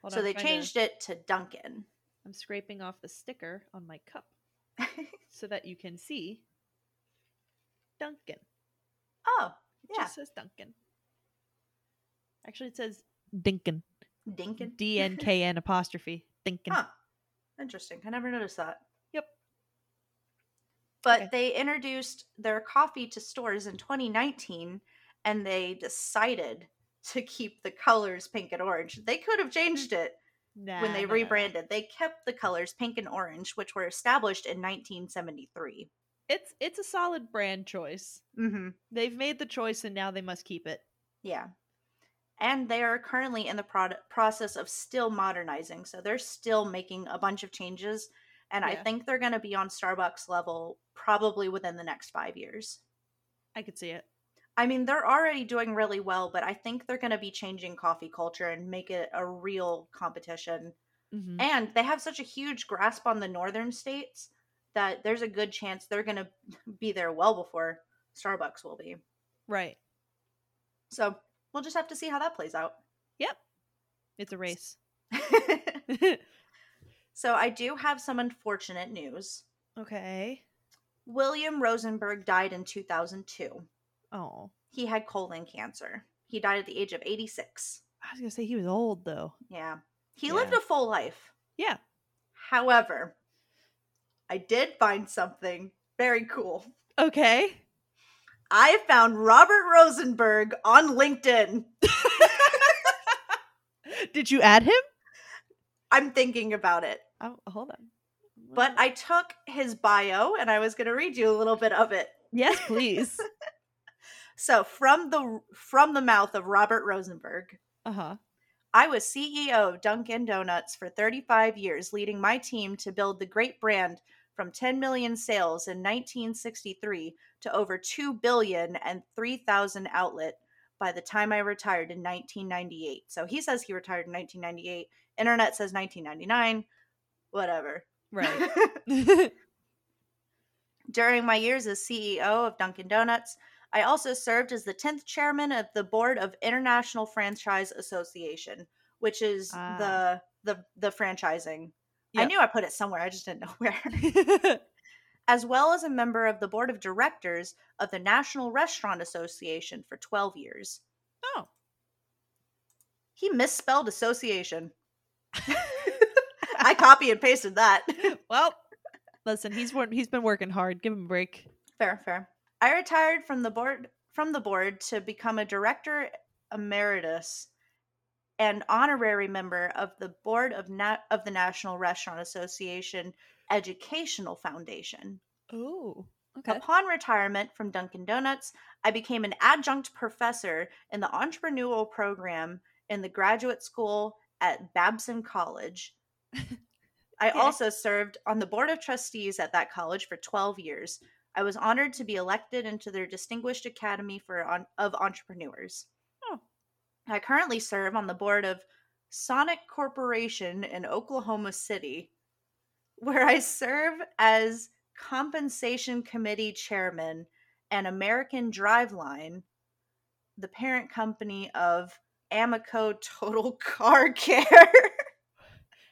A: Hold
B: so
A: on,
B: they
A: I'm trying to-
B: changed it to Dunkin'. [LAUGHS]
A: I'm scraping off the sticker on my cup
B: Oh,
A: so that you can see Dunkin'.
B: oh,
A: It
B: yeah.
A: just says Dunkin'. Actually, it says Dinkin.
B: Dinkin'. [LAUGHS]
A: D N K N apostrophe. Dinkin.
B: Huh. Interesting. I never noticed that.
A: Yep.
B: But
A: Okay.
B: they introduced their coffee to stores in 2019 and they decided to keep the colors pink and orange. They could have changed it when they rebranded. They kept the colors pink and orange, which were established in 1973.
A: It's it's a solid brand choice.
B: hmm
A: They've made the choice and now they must keep it.
B: Yeah. And they are currently in the product process of still modernizing. So they're still making a bunch of changes. And I
A: Yeah.
B: think they're going to be on Starbucks level probably within the next five years.
A: I could see it.
B: I mean, they're already doing really well, but I think they're going to be changing coffee culture and make it a real competition.
A: Mhm.
B: And they have such a huge grasp on the northern states that there's a good chance they're going to [LAUGHS] be there well before Starbucks will be.
A: Right.
B: So we'll just have to see how that plays out. [LAUGHS]
A: It's a race.
B: so I do have some unfortunate news.
A: okay.
B: William Rosenberg died in 2002.
A: Oh.
B: He had colon cancer. He died at the age of 86.
A: I was gonna say he was old though.
B: Yeah. He lived
A: Yeah.
B: a full life.
A: Yeah.
B: However, I did find something very cool.
A: Okay.
B: I found Robert Rosenberg on LinkedIn.
A: Did you add him?
B: I'm thinking about it.
A: Oh, hold on.
B: But I took his bio and I was going to read you a little bit of it.
A: [LAUGHS] yes, [LAUGHS] please.
B: So, from the from the mouth of Robert Rosenberg,
A: Uh huh.
B: I was CEO of Dunkin' Donuts for 35 years, leading my team to build the great brand from 10 million sales in 1963 to over 2 billion and 3,000 outlet by the time I retired in 1998. So he says he retired in 1998. Internet says 1999. Whatever.
A: [LAUGHS] Right.
B: [LAUGHS] During my years as CEO of Dunkin' Donuts, I also served as the 10th chairman of the board of International Franchise Association, which is
A: Ah.
B: the the the franchising. I
A: Yep.
B: knew I put it somewhere, I just didn't know [LAUGHS] where. as well as a member of the board of directors of the National Restaurant Association for 12 years.
A: oh. [LAUGHS]
B: He misspelled association. I copy and pasted that.
A: Well, listen, he's wor- he's been working hard. Give him a break.
B: Fair, fair. I retired from the board from the board to become a director emeritus and honorary member of the board of Na- of the National Restaurant Association Educational Foundation.
A: Oh. Okay.
B: Upon retirement from Dunkin' Donuts, I became an adjunct professor in the entrepreneurial program in the graduate school at
A: [LAUGHS]
B: Babson College. I
A: Okay.
B: also served on the board of trustees at that college for 12 years. I was honored to be elected into their Distinguished Academy for on, of Entrepreneurs.
A: Oh.
B: I currently serve on the board of Sonic Corporation in Oklahoma City, where I serve as compensation committee chairman and American Driveline, the parent company of Amico Total [LAUGHS] Car Care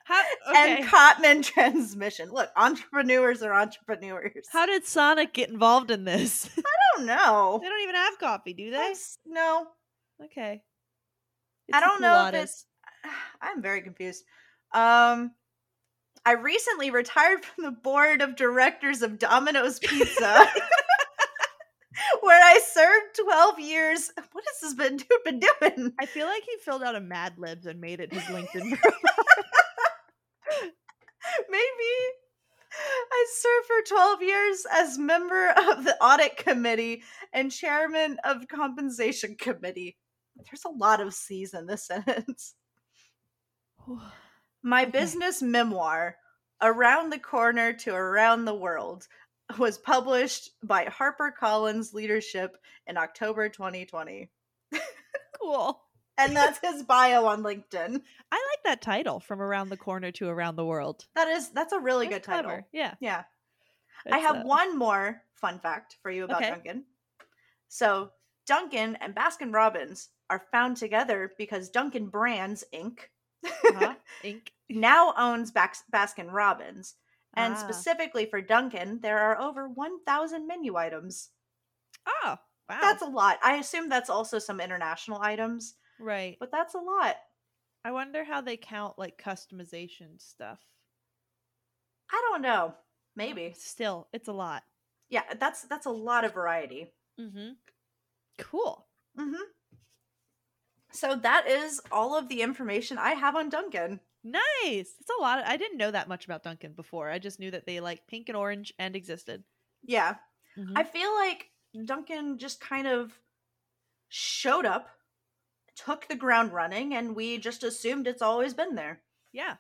A: How, okay.
B: and Cotman Transmission. Look, entrepreneurs are entrepreneurs.
A: How did Sonic get involved in [LAUGHS] this?
B: I don't know.
A: they don't even have coffee, do they?
B: That's- no, [SIGHS]
A: Okay.
B: I
A: It's a
B: don't know if
A: Pilates.
B: it's. I'm very confused. Um, I recently retired [LAUGHS] from the board of directors of
A: [LAUGHS]
B: Domino's Pizza, [LAUGHS] where I served 12 years. What has this been, [LAUGHS] dude been doing?
A: I feel like he filled out a Mad Libs and made it his [LAUGHS] LinkedIn. profile.
B: Maybe I served for 12 years as member of the audit committee and chairman of compensation committee. There's a lot of C's in this [LAUGHS] sentence.
A: [SIGHS]
B: My
A: Okay.
B: business memoir, Around the Corner to Around the World, was published by HarperCollins Leadership in October 2020.
A: cool.
B: And that's his bio on LinkedIn.
A: I like that title from around the corner to around the world.
B: That is that's a really
A: That's
B: good title.
A: clever. Yeah.
B: Yeah. I
A: That's,
B: have
A: uh,
B: one more fun fact for you about
A: Okay.
B: Duncan. So, Duncan and Baskin Robbins are found together because Duncan Brands Inc.
A: uh-huh, ink.
B: now owns Bax- Baskin Robbins. And
A: Ah.
B: specifically for Duncan, there are over 1,000 menu items.
A: Oh, wow.
B: That's a lot. I assume that's also some international items,
A: right.
B: but that's a lot.
A: I wonder how they count like customization stuff.
B: I don't know. Maybe.
A: Still, it's a lot.
B: Yeah, that's that's a lot of variety.
A: Mm-hmm. Cool.
B: Mhm. So that is all of the information I have on Duncan.
A: Nice. It's a lot. Of, I didn't know that much about Duncan before. I just knew that they like pink and orange and existed.
B: Yeah.
A: Mhm.
B: I feel like Duncan just kind of showed up, took the ground running, and we just assumed it's always been there.
A: yeah.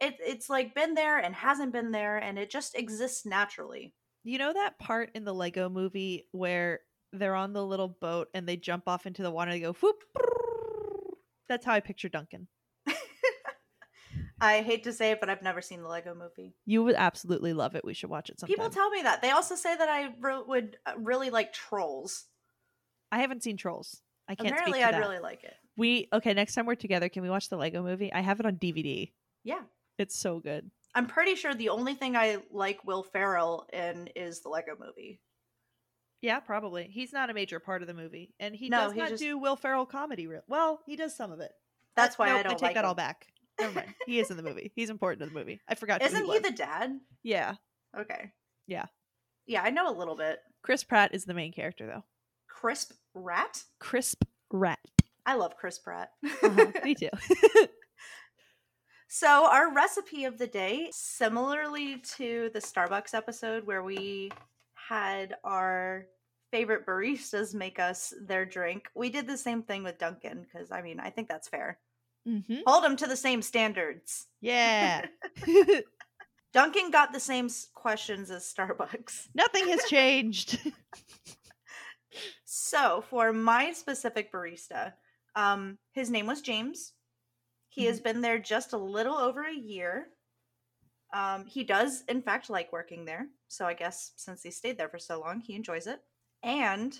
B: It, it's like been there and hasn't been there, and it just exists naturally.
A: You know that part in the Lego movie where they're on the little boat and they jump off into the water and they go whoop. brrrr? That's how I picture Duncan.
B: I hate to say it, but I've never seen the Lego movie.
A: You would absolutely love it. We should watch it sometime.
B: People tell me that. They also say that I re- would uh, really like trolls.
A: I haven't seen Trolls. I can't
B: Apparently,
A: speak to
B: I'd
A: that.
B: really like it.
A: We okay. Next time we're together, can we watch the Lego Movie? I have it on DVD.
B: Yeah.
A: It's so good.
B: I'm pretty sure the only thing I like Will Ferrell in is the Lego movie.
A: Yeah, probably. He's not a major part of the movie, and he
B: No,
A: does
B: he
A: not
B: just-
A: do Will Ferrell comedy. Re- well, he does some of it.
B: That's why
A: No,
B: I don't
A: Uh, take
B: like
A: that
B: him.
A: all back. Never mind. He is in the movie. He's important to the movie. I forgot. who
B: Isn't he
A: was.
B: the dad?
A: Yeah,
B: Okay.
A: Yeah.
B: Yeah, I know a little bit.
A: Chris Pratt is the main character though.
B: Crisp Rat?
A: Crisp Rat.
B: I love Crisp Rat.
A: [LAUGHS] Uh-huh, Me too.
B: [LAUGHS] So our recipe of the day, similarly to the Starbucks episode where we had our favorite baristas make us their drink, we did the same thing with Duncan because I mean I think that's fair.
A: hmm
B: Hold them to the same standards.
A: [LAUGHS] Yeah.
B: Duncan got the same s- questions as Starbucks.
A: Nothing has changed.
B: So for my specific barista, um, his name was James. He has been there just a little over a year. Um, he does, in fact, like working there. So I guess since he stayed there for so long, he enjoys it. And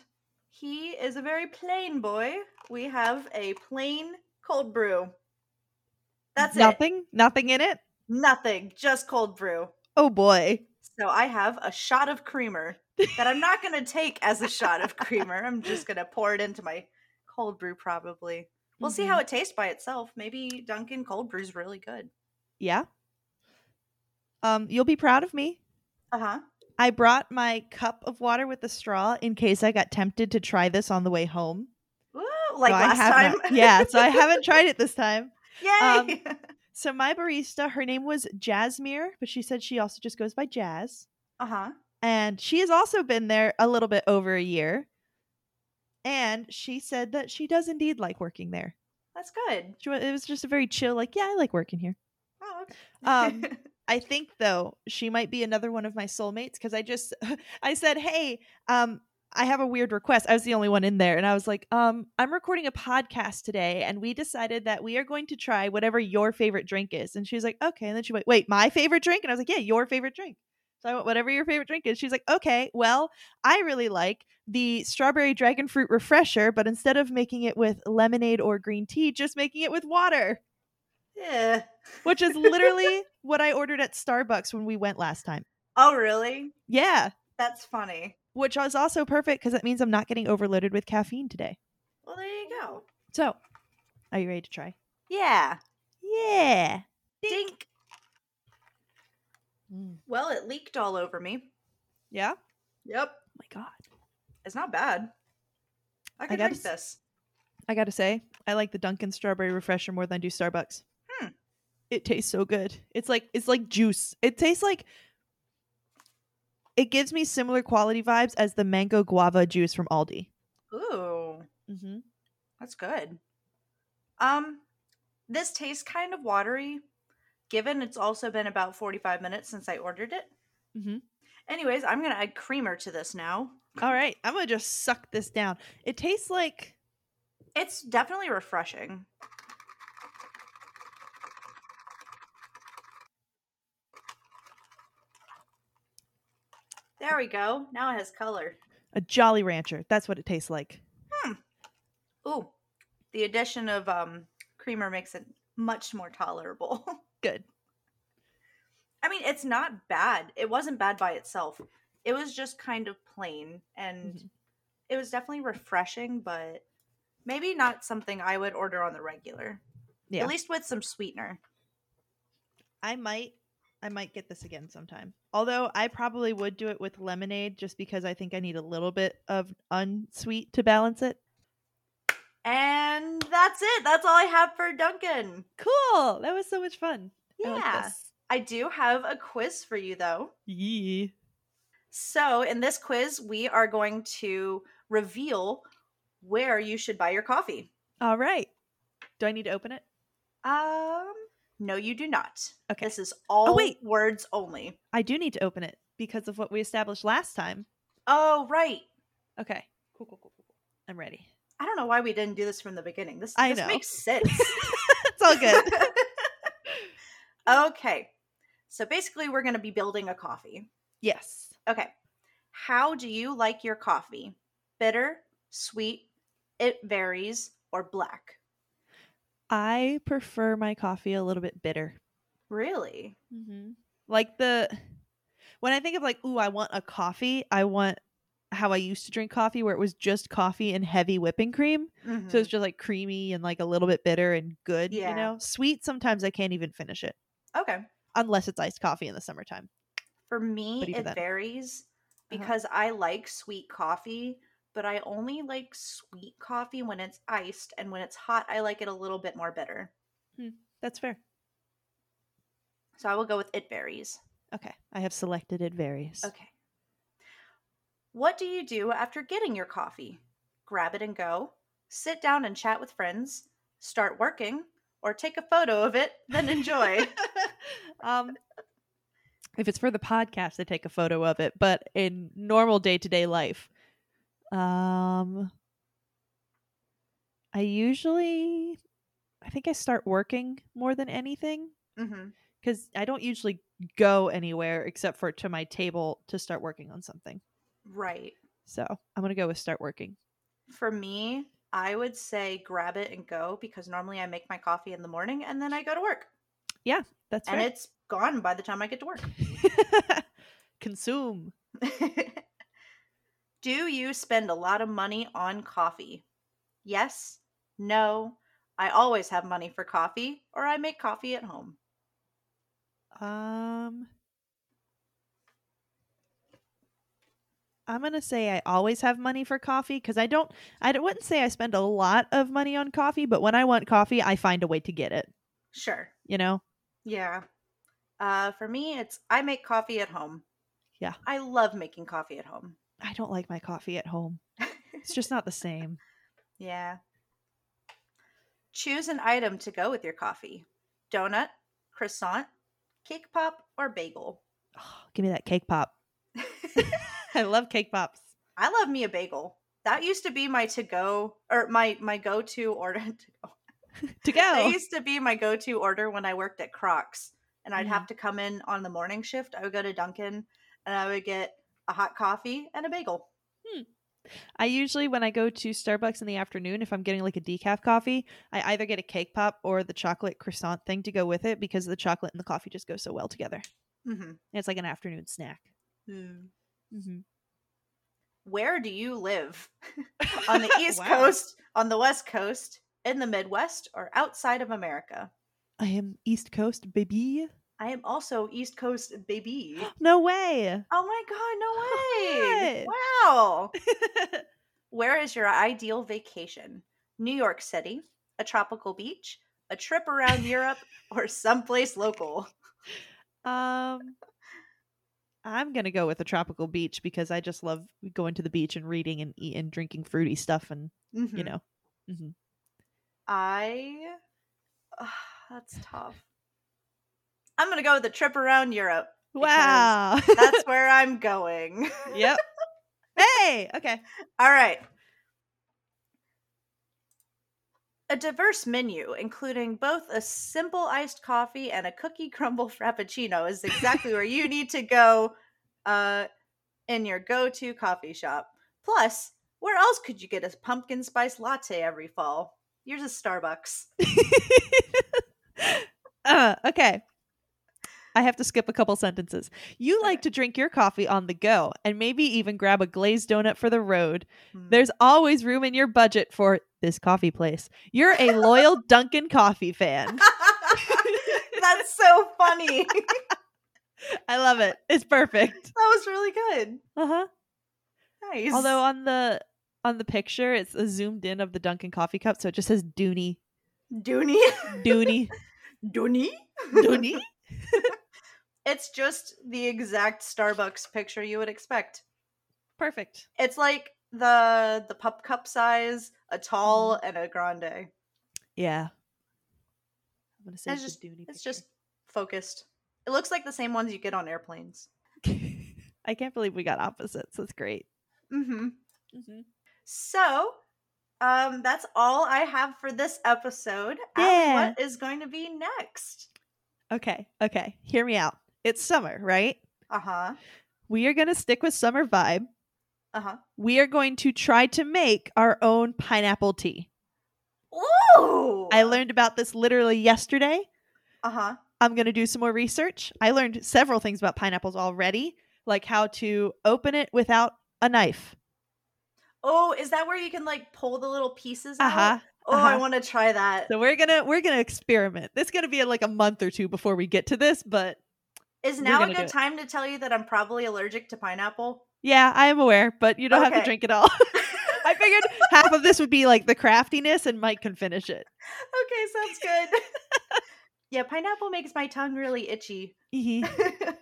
B: he is a very plain boy. We have a plain cold brew. That's it.
A: Nothing. Nothing in it.
B: Nothing. Just cold brew.
A: Oh boy.
B: So I have a shot of creamer that I'm not going to take as a shot of creamer. I'm just going to pour it into my cold brew probably. We'll
A: Mm-hmm.
B: see how it tastes by itself. Maybe Dunkin' cold brew's really good.
A: Yeah. Um, you'll be proud of me.
B: Uh-huh.
A: I brought my cup of water with the straw in case I got tempted to try this on the way home.
B: Ooh, like
A: So I
B: last
A: have
B: time.
A: not-
B: [LAUGHS]
A: yeah, um so I haven't tried it this time.
B: Yay.
A: So my barista, her name was Jasmire, but she said she also just goes by Jazz.
B: [LAUGHS] uh-huh.
A: And she has also been there a little bit over a year. And she said that she does indeed like working there.
B: That's good.
A: She wa- It was just a very chill, like, yeah, I like working here.
B: Oh, okay.
A: Um, I [LAUGHS] think though she might be another one of my soulmates because I just I said, "Hey, um, I have a weird request. I was the only one in there, and I was like, um, I'm recording a podcast today, and we decided that we are going to try whatever your favorite drink is. And she was like, okay. And then she went, wait, my favorite drink? And I was like, yeah, your favorite drink. So I went, whatever your favorite drink is. She's like, okay, well, I really like the strawberry dragon fruit refresher, but instead of making it with lemonade or green tea, just making it with water,
B: [LAUGHS] Yeah.
A: which
B: [LAUGHS]
A: is literally what I ordered at Starbucks when we went last time.
B: Oh, really?
A: Yeah,
B: That's funny.
A: which is also perfect because that means I'm not getting overloaded with caffeine today.
B: Well, there you go.
A: So, are you ready to try?
B: Yeah.
A: Yeah.
B: Dink.
A: Mm.
B: Well, it leaked all over me.
A: Yeah. Oh
B: Yep.
A: my god.
B: It's not bad. I could
A: got
B: drink
A: to
B: this.
A: I gotta say, I like the Dunkin' Strawberry Refresher more than I do Starbucks.
B: Hmm.
A: It tastes so good. It's like it's like juice. It tastes like it gives me similar quality vibes as the mango guava juice from Aldi.
B: Ooh,
A: Mm-hmm.
B: that's good. Um, this tastes kind of watery, given it's also been about 45 minutes since I ordered it.
A: Mhm.
B: Anyways, I'm going to add creamer to this now.
A: All right, I'm gonna just suck this down. It tastes like
B: It's definitely refreshing. There we go. Now it has color.
A: a Jolly Rancher. That's what it tastes like.
B: Ooh, the addition of um, creamer makes it much more tolerable. [LAUGHS]
A: Good.
B: I mean, it's not bad. It wasn't bad by itself. It was just kind of plain and
A: Mhm.
B: it was definitely refreshing, but maybe not something I would order on the regular.
A: Yeah.
B: At least with some sweetener.
A: I might I might get this again sometime. Although I probably would do it with lemonade just because I think I need a little bit of unsweet to balance it.
B: And that's it. That's all I have for Duncan.
A: Cool. That was so much fun. I
B: Yeah.
A: like this.
B: I do have a quiz for you though.
A: Yee.
B: So, in this quiz, we are going to reveal where you should buy your coffee.
A: All right. Do I need to open it?
B: Um, no, you do not.
A: Okay. Oh,
B: This is all
A: wait.
B: words only.
A: I do need to open it because of what we established last time.
B: Oh, right.
A: Okay. Cool, cool, cool, cool. cool. I'm ready. [LAUGHS]
B: I don't know why we didn't do this from the beginning. This,
A: I
B: this
A: know.
B: makes sense.
A: [LAUGHS] It's all
B: [LAUGHS]
A: good.
B: okay. So basically, we're going to be building a coffee.
A: yes.
B: Okay. How do you like your coffee? Bitter, sweet, it varies, or black?
A: I prefer my coffee a little bit bitter.
B: Really?
A: Mm-hmm. Like the when I think of like, ooh, I want a coffee. I want how I used to drink coffee, where it was just coffee and heavy whipping cream.
B: Mm-hmm.
A: So it's just like creamy and like a little bit bitter and good.
B: Yeah.
A: You know, sweet. Sometimes I can't even finish it
B: Mhm. okay.
A: unless it's iced coffee in the summertime.
B: For me,
A: But even
B: it
A: then-
B: varies
A: Uh-huh.
B: because I like sweet coffee, but I only like sweet coffee when it's iced, and when it's hot, I like it a little bit more bitter.
A: That's fair.
B: So I will go with it varies.
A: Okay, I have selected it varies.
B: Okay. What do you do after getting your coffee? Grab it and go, sit down and chat with friends, start working, or take a photo of it, then
A: [LAUGHS]
B: [LAUGHS] enjoy.
A: um, if it's for the podcast, I take a photo of it. But in normal day to day life, um, I usually, I think I start working more than anything
B: hmm
A: because I don't usually go anywhere except for to my table to start working on something.
B: Right.
A: So I'm gonna go with start working.
B: For me, I would say grab it and go because normally I make my coffee in the morning and then I go to work.
A: That's
B: and
A: right.
B: it's gone by the time I get to work.
A: [LAUGHS] Consume.
B: [LAUGHS] Do you spend a lot of money on coffee? Yes, no, I always have money for coffee, or I make coffee at home.
A: Um, I'm gonna say I always have money for coffee because I don't. I d- wouldn't say I spend a lot of money on coffee, but when I want coffee, I find a way to get it.
B: Sure.
A: You know,
B: Yeah. Uh, for me, it's I make coffee at home.
A: Yeah.
B: I love making coffee at home.
A: I don't like my coffee at home. It's just not the same.
B: Yeah. Choose an item to go with your coffee donut, croissant, cake pop, or bagel. [LAUGHS]
A: [LAUGHS] give me that cake pop. I love cake pops.
B: I love me a bagel. That used to be my to go or my my go to order. [LAUGHS]
A: [LAUGHS] to
B: That
A: go.
B: used to be my go to order when I worked at Crocs, and I'd
A: Mhm.
B: have to come in on the morning shift. I would go to Dunkin' and I would get a hot coffee and a bagel.
A: I usually, when I go to Starbucks in the afternoon, if I'm getting like a decaf coffee, I either get a cake pop or the chocolate croissant thing to go with it because the chocolate and the coffee just go so well together.
B: hmm
A: It's like an afternoon snack. Mm-hmm.
B: Where do
A: [LAUGHS]
B: you live? on the East Coast, on the West Coast, in the Midwest, or outside of America?
A: I am East Coast, baby.
B: I am also East Coast
A: [GASPS]
B: baby.
A: No [LAUGHS] way.
B: Oh my god, no way.
A: What?
B: Wow. Where is your ideal vacation? New York City, a tropical beach, a trip
A: [LAUGHS]
B: around Europe, or someplace local?
A: um, I'm gonna go with a tropical beach because I just love going to the beach and reading and eat and drinking fruity stuff and
B: Mhm.
A: you know. hmm
B: I Ugh, that's tough. I'm going to go with a trip around Europe.
A: Wow.
B: That's where I'm going.
A: [LAUGHS] yep. Hey. Okay.
B: All right. A diverse menu, including both a simple iced coffee and a cookie crumble [LAUGHS] frappuccino, is exactly where you need to go uh, in your go to coffee shop. Plus, where else could you get a pumpkin spice latte every fall? Yours is Starbucks.
A: uh, okay. I have to skip a couple sentences. You like to drink your coffee on the go and maybe even grab a glazed donut for the road.
B: Hmm.
A: There's always room in your budget for this coffee place. You're a [LAUGHS] loyal Dunkin' coffee fan.
B: [LAUGHS] That's so funny. [LAUGHS] that
A: I love it. It's perfect.
B: was really good.
A: Uh-huh.
B: Nice.
A: Although uh, on the on the picture it's a zoomed in of the Dunkin' coffee cup, so it just says Dooney.
B: Dooney. [LAUGHS]
A: Dooney.
B: Dooney?
A: [LAUGHS] Dooney.
B: It's just the exact Starbucks picture you would expect.
A: Perfect.
B: It's like the the pup cup size, a tall
A: Mm-hmm.
B: and a grande.
A: Yeah. I'm gonna say
B: It's
A: it's the Dooney.
B: It's
A: picture.
B: just focused. It looks like the same ones you get on airplanes.
A: [LAUGHS] I can't believe we got opposites. That's great. Mm-hmm.
B: Mhm. So, um that's all I have for this episode. Allie,
A: Yeah.
B: what is going to be next?
A: Okay. Okay. Hear me out. It's summer, right?
B: Uh-huh.
A: We are going to stick with summer vibe.
B: Uh-huh.
A: We are going to try to make our own pineapple tea.
B: Ooh.
A: I learned about this literally yesterday.
B: Uh-huh.
A: I'm going to do some more research. I learned several things about pineapples already, like how to open it without a knife.
B: Oh, is that where you can like pull the little pieces out?
A: Uh-huh.
B: Oh, I
A: uh-huh.
B: want to try that.
A: So we're going to we're going to experiment. This is going to be like a month or two before we get to this, but
B: Is
A: We're
B: now a
A: gonna do
B: good
A: it.
B: time to tell you that I'm probably allergic to pineapple?
A: Yeah, I am aware, but you don't have
B: Okay.
A: to drink it all. [LAUGHS]
B: [LAUGHS]
A: I figured half of this would be like the craftiness, and Mike can finish it.
B: Okay, sounds good. [LAUGHS] yeah, pineapple makes my tongue really [LAUGHS] itchy.
A: Mhm.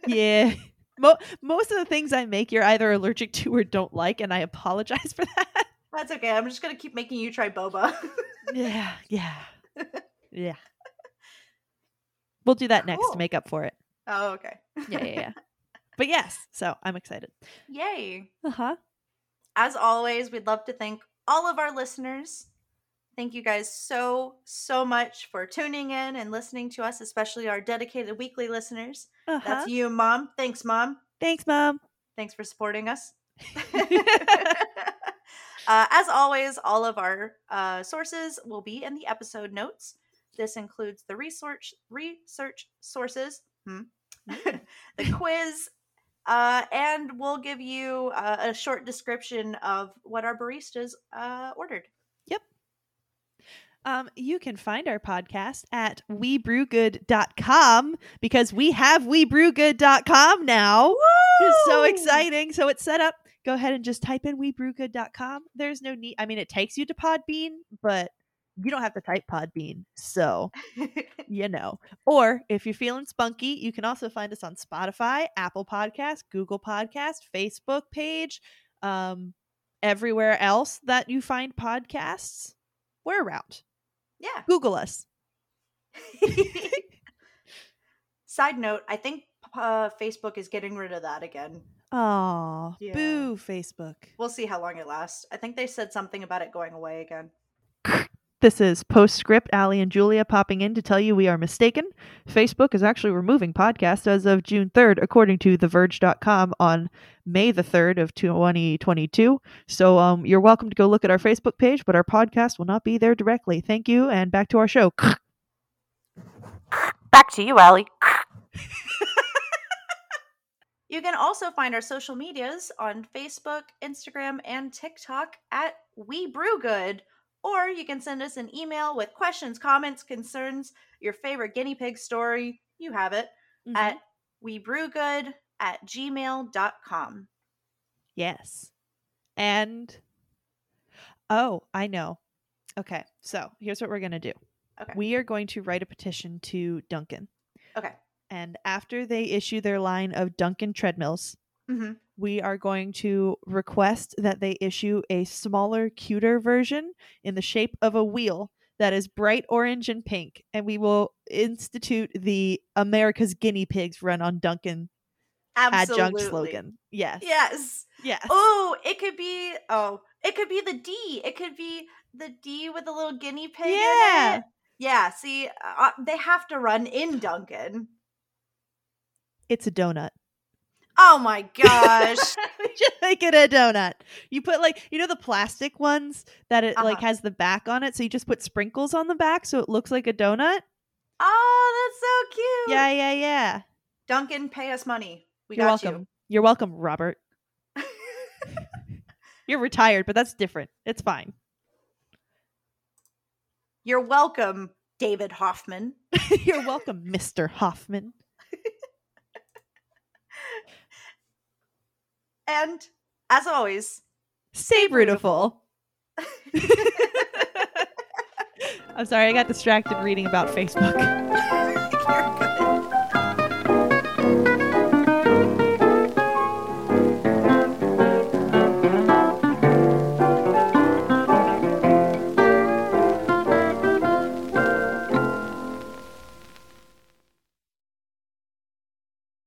A: yeah. [LAUGHS] Mo- most of the things I make, you're either allergic to or don't like, and I apologize [LAUGHS] for that.
B: That's okay. I'm just going to keep making you try boba. [LAUGHS]
A: yeah, yeah, yeah. We'll do that next
B: Cool.
A: to make up for it.
B: oh, okay.
A: Yeah, yeah, yeah. [LAUGHS] but yes, so I'm excited.
B: Yay.
A: Uh huh.
B: As always, we'd love to thank all of our listeners. Thank you guys so, so much for tuning in and listening to us, especially our dedicated weekly listeners.
A: Uh huh.
B: That's you, Mom. Thanks, Mom.
A: Thanks, mom.
B: Thanks for supporting us. [LAUGHS] uh, as always, all of our uh, sources will be in the episode notes. This includes the research research sources, hmm, [LAUGHS] the quiz, uh, and we'll give you uh, a short description of what our baristas uh, ordered.
A: Um, you can find our podcast at webrewgood.com because we have webrewgood.com now. It's so
B: Woo!
A: exciting. So it's set up. Go ahead and just type in webrewgood.com. There's no need. I mean, it takes you to Podbean, but you don't have to type Podbean. So,
B: [LAUGHS]
A: you know. Or if you're feeling spunky, you can also find us on Spotify, Apple Podcast, Google Podcast, Facebook page, um, everywhere else that you find podcasts. We're around.
B: yeah.
A: Google us.
B: Side note: I think uh, Facebook is getting rid of that again.
A: Oh,
B: Yeah.
A: boo. Ooh, Facebook.
B: We'll see how long it lasts. I think they said something about it going away again.
A: [LAUGHS] This is Postscript, Allie and Julia popping in to tell you we are mistaken. Facebook is actually removing podcasts as of June 3rd, according to TheVerge.com on May the 3rd of 2022. So um, you're welcome to go look at our Facebook page, but our podcast will not be there directly. Thank you, and back to our show.
C: Back to you, Allie.
B: You can also find our social medias on Facebook, Instagram, and TikTok at We Brew Good. Or you can send us an email with questions, comments, concerns, your favorite guinea pig story. You have it
A: Mm-hmm.
B: at webrewgood at gmail.com.
A: Yes. And oh, I know. Okay, so here's what we're gonna do.
B: Okay.
A: We are going to write a petition to Duncan.
B: Okay.
A: And after they issue their line of Duncan treadmills,
B: hmm
A: we are going to request that they issue a smaller, cuter version in the shape of a wheel that is bright orange and pink. And we will institute the America's Guinea Pigs run on Duncan
B: Absolutely.
A: adjunct slogan. Yes.
B: Yes.
A: Yes.
B: Oh, it could be. Oh, it could be the D. It could be the D with a little guinea pig. in
A: Yeah.
B: it. Yeah. See, uh, they have to run in Duncan.
A: It's a donut.
B: Oh my
A: [LAUGHS]
B: gosh.
A: we just make it a donut. You put like you know the plastic ones that it like
B: Uh-huh.
A: has the back on it, so you just put sprinkles on the back so it looks like a donut.
B: oh, that's so cute.
A: Yeah, yeah, yeah.
B: Duncan, pay us money. We
A: You're
B: got
A: welcome. You. are welcome, Robert.
B: you.
A: You're retired, but that's different. It's fine.
B: [LAUGHS]
A: [LAUGHS]
B: You're welcome, David Hoffman.
A: You're welcome, Mr. Hoffman.
B: And as always,
A: [LAUGHS]
B: [LAUGHS]
A: Say beautiful. I'm sorry, I got distracted reading about Facebook. [LAUGHS]